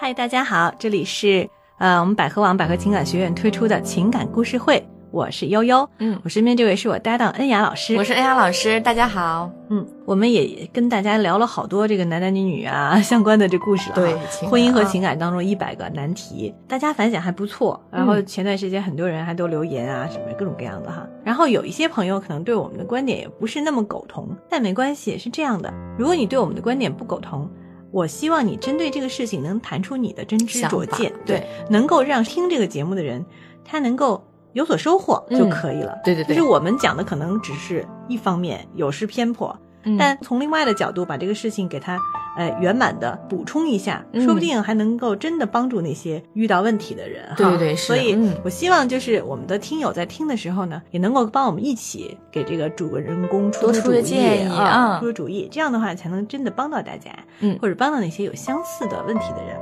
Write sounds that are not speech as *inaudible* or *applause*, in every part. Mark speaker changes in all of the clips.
Speaker 1: 嗨，大家好，这里是呃我们百合网百合情感学院推出的情感故事会，我是悠悠，
Speaker 2: 嗯，
Speaker 1: 我身边这位是我搭档恩雅老师，
Speaker 2: 我是 AI 老师，大家好。
Speaker 1: 嗯，我们也跟大家聊了好多这个男男女女啊相关的这故事了啊，婚姻和情
Speaker 2: 感
Speaker 1: 感当中一百个难题，大家反响还不错。然
Speaker 2: 嗯
Speaker 1: 后前段时间很多人还都留言啊，什么各种各样的哈。然后有一些朋友可能对我们的观点也不是那么苟同，但没关系，是这样的。如果你对我们的观点不苟同，我希望你针对这个事情能谈出你的真知
Speaker 2: 想
Speaker 1: 灼
Speaker 2: 法
Speaker 1: 见，
Speaker 2: 对，
Speaker 1: 能够让听这个节目的人他能够有所收获就
Speaker 2: 嗯
Speaker 1: 可以了。
Speaker 2: 对对
Speaker 1: 就
Speaker 2: 对，
Speaker 1: 是我们讲的可能只是一方面，有失偏颇，
Speaker 2: 嗯
Speaker 1: 但从另外的角度把这个事情给它呃圆满的补充一下，
Speaker 2: 嗯
Speaker 1: 说不定还能够真的帮助那些遇到问题的人哈。
Speaker 2: 对对对是
Speaker 1: 所以
Speaker 2: 嗯
Speaker 1: 我希望就是我们的听友在听的时候呢，也能够帮我们一起给这个主人公出
Speaker 2: 多
Speaker 1: 出
Speaker 2: 出
Speaker 1: 主意
Speaker 2: 个建议
Speaker 1: 啊，
Speaker 2: 嗯
Speaker 1: 出出主意，这样的话才能真的帮到大家，
Speaker 2: 嗯
Speaker 1: 或者帮到那些有相似的问题的人。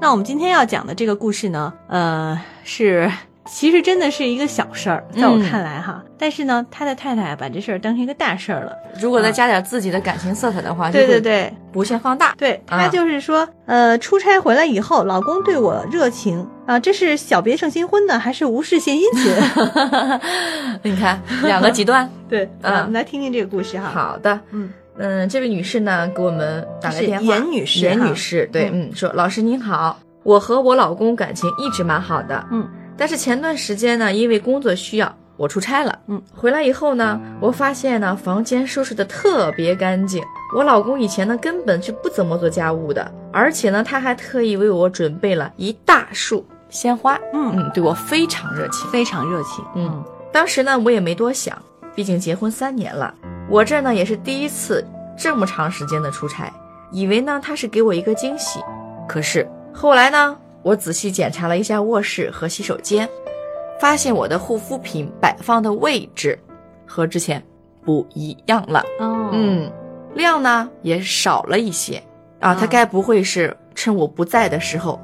Speaker 1: 那我们今天要讲的这个故事呢，呃，是其实真的是一个小事儿，在我
Speaker 2: 嗯
Speaker 1: 看来哈，但是呢，他的太太把这事儿当成一个大事儿了。
Speaker 2: 如果再加点自己的感情色彩的话，
Speaker 1: 对对，对，
Speaker 2: 无限放大。
Speaker 1: 对
Speaker 2: 啊
Speaker 1: 她就是说，呃，出差回来以后，老公对我热情啊，这是小别胜新婚呢，还是无事献殷
Speaker 2: *laughs*
Speaker 1: 勤？
Speaker 2: *laughs* 你看，两个极 *laughs* 端。
Speaker 1: 对，
Speaker 2: 嗯
Speaker 1: 啊，我们来听听这个故事哈。，
Speaker 2: 好的，
Speaker 1: 嗯，
Speaker 2: 嗯，这位女士呢给我们打来
Speaker 1: 是
Speaker 2: 电话，
Speaker 1: 严女士
Speaker 2: 严
Speaker 1: 哈
Speaker 2: 女士，对，嗯，说老师您好，我和我老公感情一直蛮好的，
Speaker 1: 嗯，
Speaker 2: 但是前段时间呢，因为工作需要，我出差了，
Speaker 1: 嗯，
Speaker 2: 回来以后呢，我发现呢房间收拾的特别干净，我老公以前呢根本是不怎么做家务的，而且呢他还特意为我准备了一大束鲜花，
Speaker 1: 嗯
Speaker 2: 嗯，对我非常热情。
Speaker 1: 非常热情，
Speaker 2: 嗯，当时呢，我也没多想，毕竟结婚三年了，我这呢也是第一次这么长时间的出差，以为呢他是给我一个惊喜，可是后来呢，我仔细检查了一下卧室和洗手间，发现我的护肤品摆放的位置和之前不一样了，
Speaker 1: 哦，
Speaker 2: 嗯，量呢也少了一些啊，他
Speaker 1: 嗯
Speaker 2: 该不会是趁我不在的时候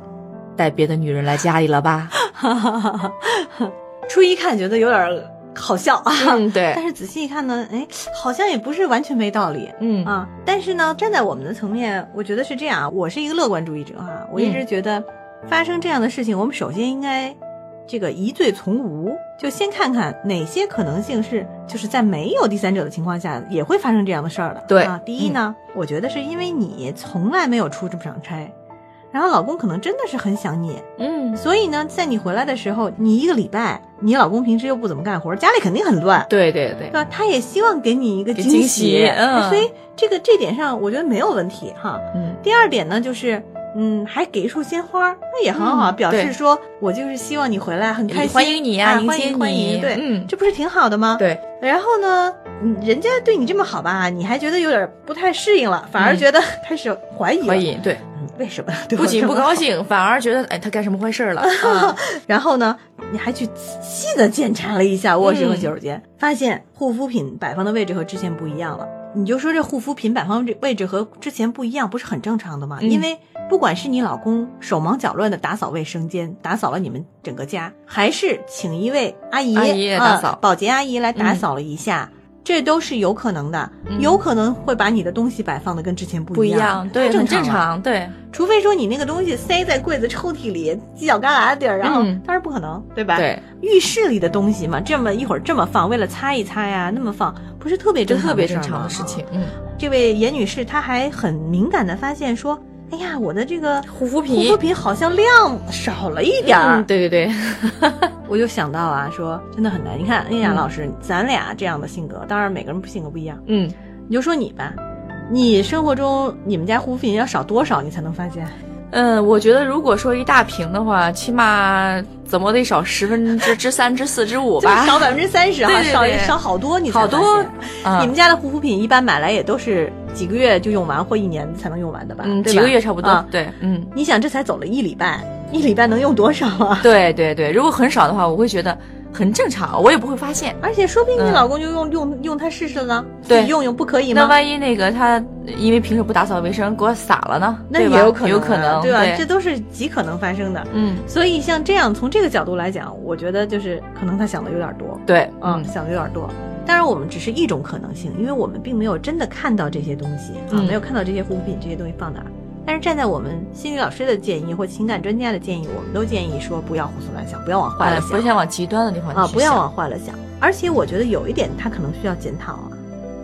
Speaker 2: 带别的女人来家里了吧？
Speaker 1: 哦 *laughs* 初一看觉得有点好笑啊，
Speaker 2: 嗯，对
Speaker 1: 但，是仔细一看呢，哎，好像也不是完全没道理。
Speaker 2: 嗯
Speaker 1: 啊，但是呢，站在我们的层面，我觉得是这样啊。我是一个乐观主义者哈、我
Speaker 2: 嗯
Speaker 1: 一直觉得发生这样的事情，我们首先应该这个疑罪从无，就先看看哪些可能性是就是在没有第三者的情况下也会发生这样的事儿的。
Speaker 2: 对嗯
Speaker 1: 啊，第一呢，我觉得是因为你从来没有出这么场差，然后老公可能真的是很想你，
Speaker 2: 嗯，
Speaker 1: 所以呢，在你回来的时候，你一个礼拜，你老公平时又不怎么干活，家里肯定很乱。
Speaker 2: 对对
Speaker 1: 对。
Speaker 2: 对
Speaker 1: 吧？他也希望给你一个
Speaker 2: 给
Speaker 1: 惊
Speaker 2: 惊喜嗯
Speaker 1: 所以这个这点上我觉得没有问题哈。
Speaker 2: 嗯
Speaker 1: 第二点呢，就是嗯，还给一束鲜花，那也很好，
Speaker 2: 嗯
Speaker 1: 表示
Speaker 2: 对
Speaker 1: 说我就是希望你回来很开心，
Speaker 2: 欢迎你呀
Speaker 1: 啊
Speaker 2: 迎
Speaker 1: 欢
Speaker 2: 接
Speaker 1: 迎欢迎，
Speaker 2: 你
Speaker 1: 对，
Speaker 2: 嗯
Speaker 1: 这不是挺好的吗？。
Speaker 2: 对，
Speaker 1: 然后呢，嗯人家对你这么好吧，你还觉得有点不太适应了，反而
Speaker 2: 嗯
Speaker 1: 觉得开始怀疑了，
Speaker 2: 可以，对，
Speaker 1: 嗯为什么？对我
Speaker 2: 不仅
Speaker 1: 这
Speaker 2: 不
Speaker 1: 么
Speaker 2: 高
Speaker 1: 好
Speaker 2: 兴， *laughs* 反而觉得哎，他干什么坏事
Speaker 1: *laughs*
Speaker 2: 儿了？啊
Speaker 1: 然后呢，你还去仔细的检查了一下卧室和
Speaker 2: 嗯
Speaker 1: 洗手间，发现护肤品摆放的位置和之前不一样了。你就说这护肤品摆放这位置和之前不一样，不是很正常的吗？
Speaker 2: 嗯
Speaker 1: 因为不管是你老公手忙脚乱的打扫卫生间，打扫了你们整个家，还是请一位阿姨
Speaker 2: 阿姨
Speaker 1: 啊
Speaker 2: 打扫
Speaker 1: 保洁阿姨来打扫了一下。这都是有可能的，
Speaker 2: 嗯
Speaker 1: 有可能会把你的东西摆放的跟之前不
Speaker 2: 不
Speaker 1: 一
Speaker 2: 一样，对，
Speaker 1: 太
Speaker 2: 很
Speaker 1: 正
Speaker 2: 正
Speaker 1: 常啊了。
Speaker 2: 常，对，
Speaker 1: 除非说你那个东西塞在柜子抽屉里犄角旮旯的地儿，然后、
Speaker 2: 嗯
Speaker 1: 当然不可能，对吧？，
Speaker 2: 对，
Speaker 1: 浴室里的东西嘛，这么一会儿这么放，为了擦一擦呀，那么放，不是特别
Speaker 2: 这
Speaker 1: 正常啊
Speaker 2: 特别
Speaker 1: 事儿
Speaker 2: 正常
Speaker 1: 吗
Speaker 2: 的事。情。嗯，
Speaker 1: 这位严女士她还很敏感的发现说，哎呀，我的这个
Speaker 2: 护肤
Speaker 1: 护
Speaker 2: 品
Speaker 1: 肤，品好像量少了一点儿。
Speaker 2: 嗯，对对对，
Speaker 1: 我就想到啊，说真的很难。你看恩雅
Speaker 2: 嗯
Speaker 1: 老师，咱俩这样的性格，当然每个人性格不一样，
Speaker 2: 嗯，
Speaker 1: 你就说你吧。你生活中你们家护肤品要少多少，你才能发现？
Speaker 2: 嗯，我觉得如果说一大瓶的话，起码怎么得少十分之之三之四之五
Speaker 1: 就是
Speaker 2: 吧？
Speaker 1: 少百分之三十哈，
Speaker 2: 对对
Speaker 1: 少
Speaker 2: 对
Speaker 1: 少好多，嗯你才
Speaker 2: 好多
Speaker 1: 发现
Speaker 2: 啊
Speaker 1: 你们家的护肤品一般买来也都是几个月就用完或一年才能用完的吧？
Speaker 2: 嗯，
Speaker 1: 对吧
Speaker 2: 几个月差不多
Speaker 1: 啊。
Speaker 2: 对，嗯，
Speaker 1: 你想这才走了一礼拜， *laughs* 一礼拜能用多少啊？
Speaker 2: 对对对，如果很少的话，我会觉得很正常，我也不会发现。
Speaker 1: *laughs* 而且说不定你
Speaker 2: 嗯
Speaker 1: 老公就用、用用它试试了呢，
Speaker 2: 对
Speaker 1: 自己用用不可以
Speaker 2: 那
Speaker 1: 吗？
Speaker 2: 万一那个他因为平时不打扫卫生给我洒了呢？
Speaker 1: 那
Speaker 2: 对
Speaker 1: 也
Speaker 2: 吧
Speaker 1: 有可能啊，
Speaker 2: 有可能，
Speaker 1: 对吧？这都是极可能发生的。
Speaker 2: 嗯，
Speaker 1: 所以像这样从这个角度来讲，我觉得就是可能他想的有点多，
Speaker 2: 对，嗯
Speaker 1: 啊，想的有点多。当然，我们只是一种可能性，因为我们并没有真的看到这些东西啊，
Speaker 2: 嗯
Speaker 1: 没有看到这些护肤品这些东西放哪儿。但是站在我们心理老师的建议或情感专家的建议，我们都建议说不要胡思乱想，不要往坏了
Speaker 2: 哎
Speaker 1: 想，
Speaker 2: 不想往极端的地方去
Speaker 1: 啊，不要
Speaker 2: 想
Speaker 1: 往坏了想。而且我觉得有一点他可能需要检讨啊，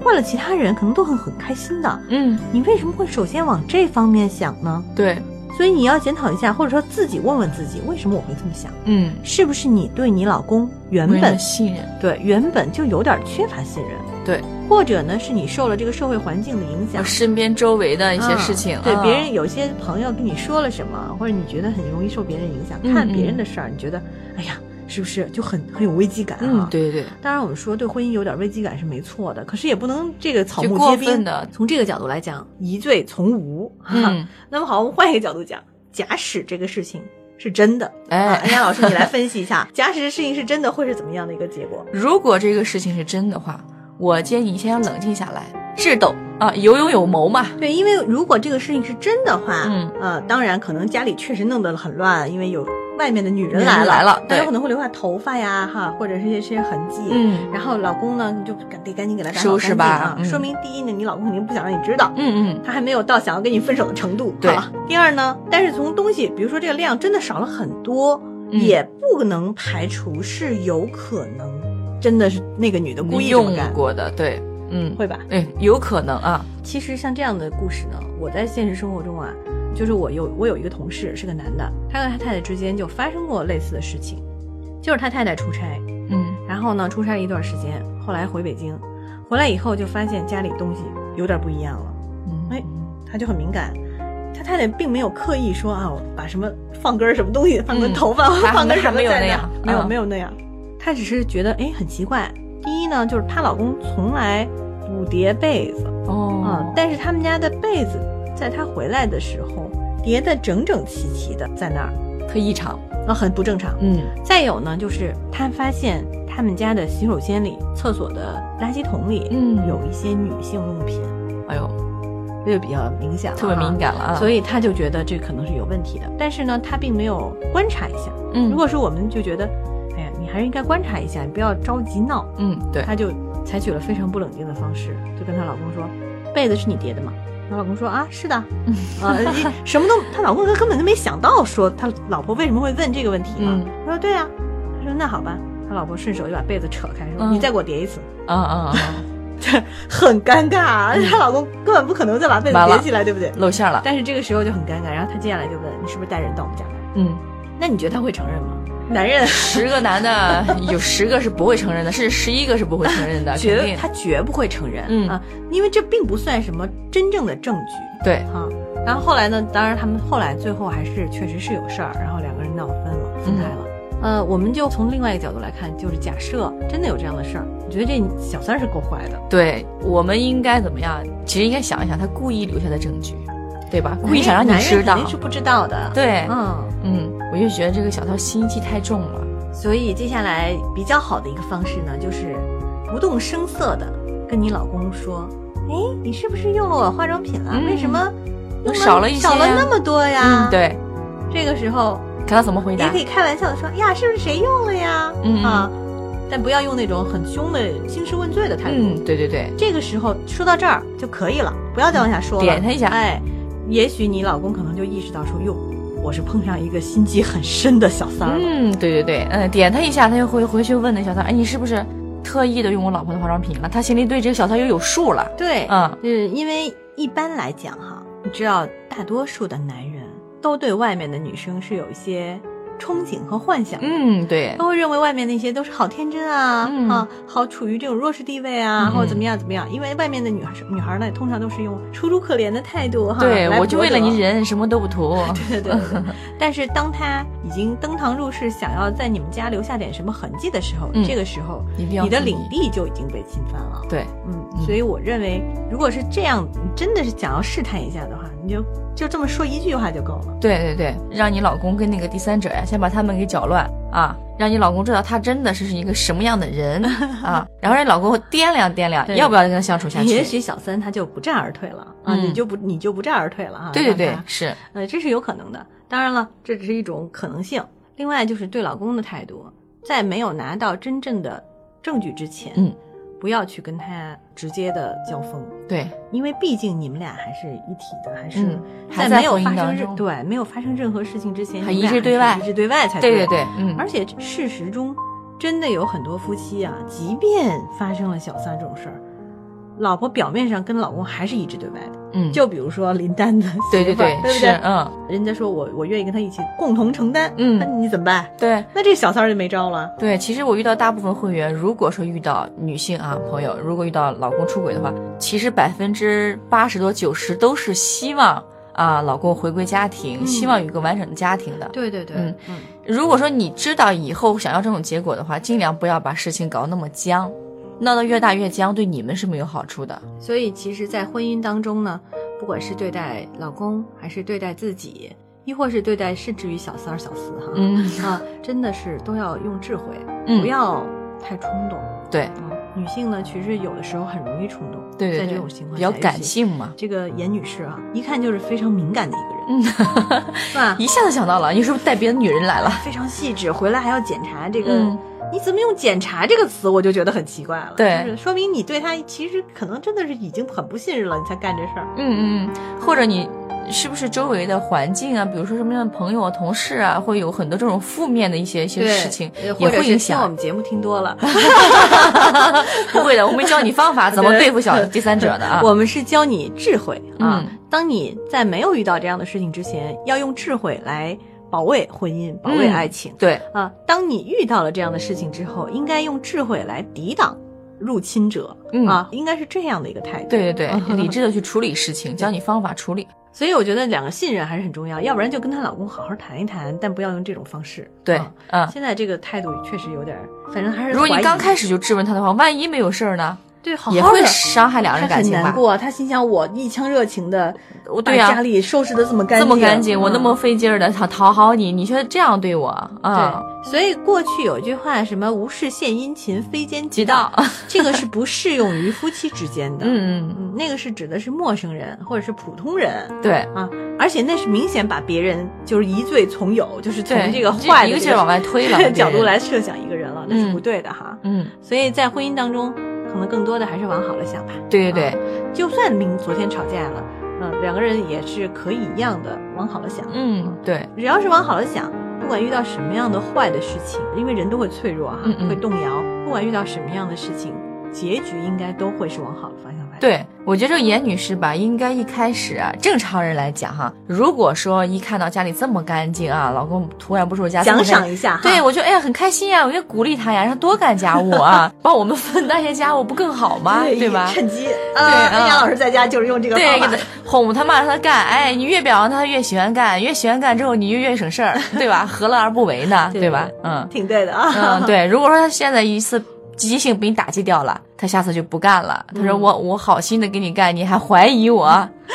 Speaker 1: 换了其他人可能都很很开心的，
Speaker 2: 嗯，
Speaker 1: 你为什么会首先往这方面想呢？
Speaker 2: 对，
Speaker 1: 所以你要检讨一下，或者说自己问问自己，为什么我会这么想？
Speaker 2: 嗯，
Speaker 1: 是不是你对你老公原
Speaker 2: 没
Speaker 1: 本
Speaker 2: 人信任，
Speaker 1: 对原本就有点缺乏信任？
Speaker 2: 对，
Speaker 1: 或者呢是你受了这个社会环境的影响，
Speaker 2: 身边周围的一些
Speaker 1: 啊
Speaker 2: 事情，
Speaker 1: 对
Speaker 2: 啊
Speaker 1: 别人有些朋友跟你说了什么，或者你觉得很容易受别人影响，
Speaker 2: 嗯
Speaker 1: 看别人的事儿，你觉得哎呀，是不是就很很有危机感
Speaker 2: 嗯
Speaker 1: 啊，？。
Speaker 2: 对对对，
Speaker 1: 当然，我们说对婚姻有点危机感是没错的，可是也不能这个草木
Speaker 2: 就过
Speaker 1: 皆兵
Speaker 2: 分的
Speaker 1: 从这个角度来讲，疑罪从无。哈
Speaker 2: 嗯，
Speaker 1: 那么好，我们换一个角度讲，假使这个事情是真的，啊，
Speaker 2: 哎，
Speaker 1: 安雅老师，你来分析一下，假使这事情是真的，会是怎么样的一个结果？
Speaker 2: 如果这个事情是真的话，我建议你先要冷静下来，智斗啊，有勇有谋嘛，
Speaker 1: 对，因为如果这个事情是真的话，
Speaker 2: 嗯，
Speaker 1: 呃，当然可能家里确实弄得很乱，因为有外面的女人
Speaker 2: 人
Speaker 1: 来了，
Speaker 2: 来了
Speaker 1: 那有
Speaker 2: 对
Speaker 1: 可能会留下头发呀，哈，或者是一些痕迹。
Speaker 2: 嗯
Speaker 1: 然后老公呢，你就赶得赶紧给他打扫
Speaker 2: 收拾
Speaker 1: 干净啊
Speaker 2: 吧，嗯
Speaker 1: 说明第一呢，你老公肯定不想让你知道，
Speaker 2: 嗯嗯，
Speaker 1: 他还没有到想要跟你分手的程度。
Speaker 2: 对
Speaker 1: 啊第二呢，但是从东西，比如说这个量真的少了很多，
Speaker 2: 嗯
Speaker 1: 也不能排除是有可能真的是那个女的故意这么
Speaker 2: 用
Speaker 1: 干，
Speaker 2: 过的，对，嗯，
Speaker 1: 会吧？
Speaker 2: 哎，有可能啊，
Speaker 1: 其实像这样的故事呢，我在现实生活中啊，就是我有我有一个同事是个男的，他和他太太之间就发生过类似的事情，就是他太太出差，
Speaker 2: 嗯
Speaker 1: 然后呢出差一段时间，后来回北京，回来以后就发现家里东西有点不一样了，
Speaker 2: 嗯，
Speaker 1: 哎他就很敏感。他太太并没有刻意说啊，我把什么放根儿什么东西，放根
Speaker 2: 嗯
Speaker 1: 头
Speaker 2: *laughs*
Speaker 1: 发，
Speaker 2: 还
Speaker 1: 放根什么
Speaker 2: 还没有
Speaker 1: 在那
Speaker 2: 那样
Speaker 1: 没有、
Speaker 2: 嗯
Speaker 1: 没有那样。她只是觉得哎很奇怪。第一呢，就是她老公从来不叠被子，啊
Speaker 2: 哦，，
Speaker 1: 但是他们家的被子在他回来的时候叠得整整齐齐的，在那儿，
Speaker 2: 特异常，
Speaker 1: 那很不正常。
Speaker 2: 嗯
Speaker 1: 再有呢，就是他发现他们家的洗手间里、厕所的垃圾桶里，
Speaker 2: 嗯
Speaker 1: 有一些女性用品，
Speaker 2: 哎呦，
Speaker 1: 这就比较明显了，
Speaker 2: 特别敏。感了啊，
Speaker 1: 所
Speaker 2: 以，
Speaker 1: 以他就觉得这可能是有问题的，但是呢，他并没有观察一下。
Speaker 2: 嗯，
Speaker 1: 如果是我们就觉得，哎呀，你还是应该观察一下，你不要着急闹。
Speaker 2: 嗯对，
Speaker 1: 她就采取了非常不冷静的方式，就跟她老公说：“被子是你叠的吗？”她老公说：“啊，是的。”啊，你什么都，她老公他根本就没想到说他老婆为什么会问这个问题嘛。
Speaker 2: 嗯
Speaker 1: 他说：“对啊。”他说：“那好吧。”他老婆顺手就把被子扯开，说：“
Speaker 2: 嗯
Speaker 1: 你再给我叠一次。 *laughs*
Speaker 2: 啊啊啊，啊”
Speaker 1: 很尴尬啊，
Speaker 2: 嗯
Speaker 1: 她老公根本不可能再把被子
Speaker 2: 完了
Speaker 1: 叠起来，对不对？
Speaker 2: 露馅儿了，
Speaker 1: 但是这个时候就很尴尬，然后她接下来就问：“你是不是带人到我们家来
Speaker 2: 嗯。？”
Speaker 1: 那你觉得他会承认吗？男人
Speaker 2: 十个男的 *laughs* 有十个是不会承认的，甚至十一个是不会承认的，
Speaker 1: *laughs*
Speaker 2: 肯
Speaker 1: 绝
Speaker 2: 定
Speaker 1: 他绝不会承认、
Speaker 2: 嗯
Speaker 1: 啊，因为这并不算什么真正的证据。
Speaker 2: 对，
Speaker 1: 啊。然后后来呢，当然他们后来最后还是确实是有事儿，然后两个人闹分了，分开了。
Speaker 2: 嗯
Speaker 1: 呃，我们就从另外一个角度来看，就是假设真的有这样的事儿，我觉得这小三儿是够坏的。
Speaker 2: 对，我们应该怎么样？其实应该想一想，他故意留下的证据，对吧？故意想让你
Speaker 1: 哎男人
Speaker 2: 知
Speaker 1: 肯
Speaker 2: 道
Speaker 1: 定。是不知道的。，
Speaker 2: 对，
Speaker 1: 嗯，
Speaker 2: 嗯，我就觉得这个小偷心机太重了。
Speaker 1: 所以接下来比较好的一个方式呢，就是不动声色的跟你老公说，哎，你是不是用了我化妆品了？
Speaker 2: 嗯
Speaker 1: 为什么用了
Speaker 2: 少了一些
Speaker 1: 少了那么多呀？
Speaker 2: 嗯，，对，
Speaker 1: 这个时候
Speaker 2: 看他怎么回
Speaker 1: 也
Speaker 2: 答
Speaker 1: 可。以开玩笑的说，哎呀，是不是谁用了呀？
Speaker 2: 嗯
Speaker 1: 啊，但不要用那种很凶的兴师问罪的态度。
Speaker 2: 嗯，对对对，
Speaker 1: 这个时候说到这儿就可以了，不要再往下说了。
Speaker 2: 点他一下
Speaker 1: 哎，也许你老公可能就意识到说，哟，我是碰上一个心机很深的小三儿了。
Speaker 2: 嗯，对对对，嗯，点他一下，他就会回去问那小偷，哎，你是不是特意的用我老婆的化妆品了？他心里对这个小偷又有数了。
Speaker 1: 对，
Speaker 2: 嗯，
Speaker 1: 嗯，因为一般来讲哈，你知道，大多数的男人都对外面的女生是有一些憧憬和幻想的。
Speaker 2: 嗯，对，
Speaker 1: 他会认为外面那些都是好天真啊、
Speaker 2: 嗯
Speaker 1: 啊，好处于这种弱势地位啊，
Speaker 2: 嗯
Speaker 1: 或者怎么样怎么样。因为外面的女孩女孩呢，通常都是用楚楚可怜的态度哈，
Speaker 2: 对
Speaker 1: 来
Speaker 2: 我就
Speaker 1: 博
Speaker 2: 为了
Speaker 1: 得
Speaker 2: 你。人什么都不图。
Speaker 1: 对对
Speaker 2: *laughs*
Speaker 1: 对，对但是当他已经登堂入室，想要在你们家留下点什么痕迹的时候，
Speaker 2: 嗯
Speaker 1: 这个时候
Speaker 2: 一定要
Speaker 1: 你的
Speaker 2: 注意
Speaker 1: 领地就已经被侵犯了。
Speaker 2: 对，
Speaker 1: 嗯，
Speaker 2: 嗯
Speaker 1: 所以我认为，如果是这样，你真的是想要试探一下的话，你就就这么说一句话就够了。
Speaker 2: 对对对，让你老公跟那个第三者呀，先把他们给搅乱啊，让你老公知道他真的是一个什么样
Speaker 1: *laughs*
Speaker 2: 的人啊，然后让你老公掂量掂量，
Speaker 1: 对
Speaker 2: 要不要跟他相处下去？
Speaker 1: 也许小三他就不战而退了啊，
Speaker 2: 嗯
Speaker 1: 你就不你就不战而退了啊。
Speaker 2: 对对
Speaker 1: 让
Speaker 2: 对
Speaker 1: 他，
Speaker 2: 是，
Speaker 1: 呃，这是有可能的。当然了，这只是一种可能性。另外就是对老公的态度，在没有拿到真正的证据之前，
Speaker 2: 嗯，
Speaker 1: 不要去跟他直接的交锋，
Speaker 2: 对，
Speaker 1: 因为毕竟你们俩还是一体的，还是
Speaker 2: 嗯，还
Speaker 1: 在没有
Speaker 2: 婚
Speaker 1: 发
Speaker 2: 姻
Speaker 1: 生
Speaker 2: 当
Speaker 1: 任
Speaker 2: 中，
Speaker 1: 对没有发生任何事情之前，
Speaker 2: 还
Speaker 1: 你们俩
Speaker 2: 一致对外
Speaker 1: 是一致对外才
Speaker 2: 对
Speaker 1: 对
Speaker 2: 对对，嗯，
Speaker 1: 而且事实中，真的有很多夫妻啊，即便发生了小三这种事儿，老婆表面上跟老公还是一致对外的。
Speaker 2: 嗯，
Speaker 1: 就比如说林丹的
Speaker 2: 对对
Speaker 1: 媳妇儿对不
Speaker 2: 是
Speaker 1: 对？
Speaker 2: 嗯
Speaker 1: 人家说我我愿意跟他一起共同承担，
Speaker 2: 嗯
Speaker 1: 那你怎么办？
Speaker 2: 对。
Speaker 1: 那这小三儿就没招了。
Speaker 2: 对，其实我遇到大部分会员，如果说遇到女性啊朋友，如果遇到老公出轨的话，其实百分之八十多九十都是希望啊老公回归家庭，
Speaker 1: 嗯
Speaker 2: 希望有一个完整的家庭的。
Speaker 1: 对对对
Speaker 2: 嗯如果说你知道以后想要这种结果的话，尽量不要把事情搞那么僵，闹得越大越僵，对你们是没有好处的。
Speaker 1: 所以其实，在婚姻当中呢，不管是对待老公，还是对待自己，亦或是对待甚至于小三儿、小四哈，
Speaker 2: 嗯，
Speaker 1: 啊，真的是都要用智慧，
Speaker 2: 嗯
Speaker 1: 不要太冲动。
Speaker 2: 对
Speaker 1: 嗯，女性呢，其实有的时候很容易冲动，
Speaker 2: 对对对，
Speaker 1: 在这种情况
Speaker 2: 比
Speaker 1: 下
Speaker 2: 较
Speaker 1: 尤
Speaker 2: 感
Speaker 1: 其
Speaker 2: 性嘛，
Speaker 1: 这个严女士啊，一看就是非常敏感的一个人，
Speaker 2: 嗯， *laughs*
Speaker 1: 是吧？
Speaker 2: 一下子想到了，你是不是带别的女人来了？
Speaker 1: 非常细致，回来还要检查这个。
Speaker 2: 嗯
Speaker 1: 你怎么用“检查”这个词，我就觉得很奇怪了。
Speaker 2: 对
Speaker 1: 就是说明你对她其实可能真的是已经很不信任了，你才干这事儿。
Speaker 2: 嗯嗯，嗯，或者你是不是周围的环境啊，比如说什么样的朋友啊、同事啊，会有很多这种负面的一些一些事情，
Speaker 1: 呃
Speaker 2: 也
Speaker 1: 或者
Speaker 2: 会
Speaker 1: 是
Speaker 2: 影
Speaker 1: 听我
Speaker 2: 响。
Speaker 1: 们节目听多了，
Speaker 2: 不会的，我们教你方 *laughs*
Speaker 1: *laughs*
Speaker 2: 法怎么对付小第三者的啊。
Speaker 1: 我们是教你智慧啊。
Speaker 2: 嗯
Speaker 1: 当你在没有遇到这样的事情之前，要用智慧来保卫婚姻、保卫
Speaker 2: 嗯
Speaker 1: 爱情、
Speaker 2: 对，
Speaker 1: 啊。当你遇到了这样的事情之后，应该用智慧来抵挡入侵者、
Speaker 2: 嗯
Speaker 1: 啊，嗯应该是这样的一个态度。
Speaker 2: 对对对，理智的去处理事情，教你方法处理。
Speaker 1: 所以我觉得两个信任还是很重要，要不然就跟她老公好好谈一谈，但不要用这种方式。
Speaker 2: 对
Speaker 1: 啊，
Speaker 2: 嗯，
Speaker 1: 现在这个态度确实有点儿，反正还是
Speaker 2: 如果你
Speaker 1: 怀疑
Speaker 2: 刚开始就质问他的话，万一没有事儿呢，
Speaker 1: 对好好
Speaker 2: 也
Speaker 1: 的
Speaker 2: 会伤害两人
Speaker 1: 他
Speaker 2: 感
Speaker 1: 很
Speaker 2: 情
Speaker 1: 难
Speaker 2: 吧？
Speaker 1: 过啊，他心想我一腔热情的，
Speaker 2: 我
Speaker 1: 把
Speaker 2: 对呀
Speaker 1: 家里收拾的这么干
Speaker 2: 这
Speaker 1: 净，
Speaker 2: 么干净，我那么
Speaker 1: 嗯
Speaker 2: 费劲儿的讨讨好你，你却这样对我啊？
Speaker 1: 对，所以过去有一句话，什么无事献殷勤，非奸即
Speaker 2: 急到
Speaker 1: *laughs* 盗，，这个是不适用于夫妻之间的。
Speaker 2: 嗯
Speaker 1: 嗯，那个是指的是陌生人或者是普通人，
Speaker 2: 嗯，对。
Speaker 1: 而且那是明显把别人就是疑罪从有，就是从
Speaker 2: 对，
Speaker 1: 这个坏
Speaker 2: 一
Speaker 1: 的
Speaker 2: 个
Speaker 1: 这
Speaker 2: 劲儿往外推 *laughs* 了
Speaker 1: *laughs* 角度来设想一个人了，那是不
Speaker 2: 嗯
Speaker 1: 对的哈。
Speaker 2: 嗯，
Speaker 1: 所以在婚姻当中，可能更多的还是往好了想吧。
Speaker 2: 对对对，
Speaker 1: 就算明昨天吵架了，嗯、两个人也是可以一样的往好了想。
Speaker 2: 嗯，对，
Speaker 1: 只要是往好了想，不管遇到什么样的坏的事情，因为人都会脆弱哈、
Speaker 2: 嗯嗯
Speaker 1: 会动摇。不管遇到什么样的事情，结局应该都会是往好的方向发展。，
Speaker 2: 对，我觉得这个严女士吧，应该一开始啊，正常人来讲哈，如果说一看到家里这么干净啊，老公突然不回家，这么
Speaker 1: 奖
Speaker 2: 干净
Speaker 1: 赏一下哈。
Speaker 2: 对，我就哎呀很开心呀、我就鼓励她呀，让她多干家务啊， *laughs* 帮我们分担一些家务不更好吗？
Speaker 1: 对
Speaker 2: 啊对吧？
Speaker 1: 哎趁机
Speaker 2: 啊
Speaker 1: 啊，杨老师在家就是用这个
Speaker 2: 对，
Speaker 1: 方法
Speaker 2: 给她。哄她嘛，让她干。哎，你越表扬她，她越喜欢干，越喜欢干之后，你就越省事儿，对 *laughs* 吧？何乐而不为呢？
Speaker 1: 对
Speaker 2: 对吧
Speaker 1: 对？
Speaker 2: 嗯，
Speaker 1: 挺对的啊，
Speaker 2: 嗯，
Speaker 1: *laughs*
Speaker 2: 对，如果说他现在一次积极性被你打击掉了，他下次就不干了。他说
Speaker 1: 嗯
Speaker 2: 我、我好心的给你干，你还怀疑我，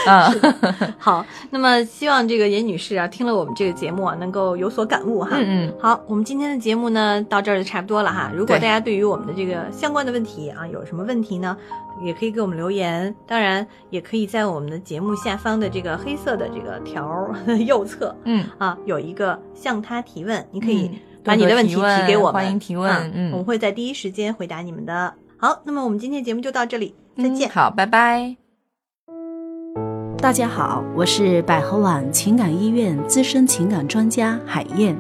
Speaker 2: 嗯
Speaker 1: 好，那么希望这个严女士啊，听了我们这个节目啊，能够有所感悟哈。
Speaker 2: 嗯
Speaker 1: 好，我们今天的节目呢，到这儿就差不多了哈。如果
Speaker 2: 对
Speaker 1: 大家对于我们的这个相关的问题啊，有什么问题呢，也可以给我们留言。当然，也可以在我们的节目下方的这个黑色的这个条儿 *laughs* 右侧
Speaker 2: 嗯
Speaker 1: 啊，有一个向他提问，你可以
Speaker 2: 嗯
Speaker 1: 把你的问题提给我们，
Speaker 2: 多多提问欢迎提问
Speaker 1: 啊
Speaker 2: 嗯
Speaker 1: 我们会在第一时间回答你们的。好，那么我们今天的节目就到这里，再
Speaker 2: 嗯，
Speaker 1: 见。
Speaker 2: 好，拜拜。
Speaker 3: 大家好，我是百合网情感医院资深情感专家海燕。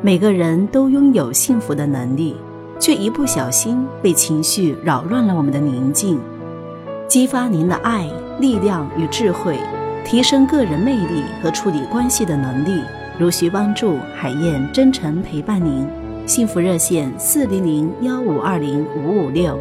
Speaker 3: 每个人都拥有幸福的能力，却一不小心被情绪扰乱了我们的宁静。激发您的爱、力量与智慧，提升个人魅力和处理关系的能力，如需帮助，海燕真诚陪伴您。幸福热线四零零幺五二零五五六。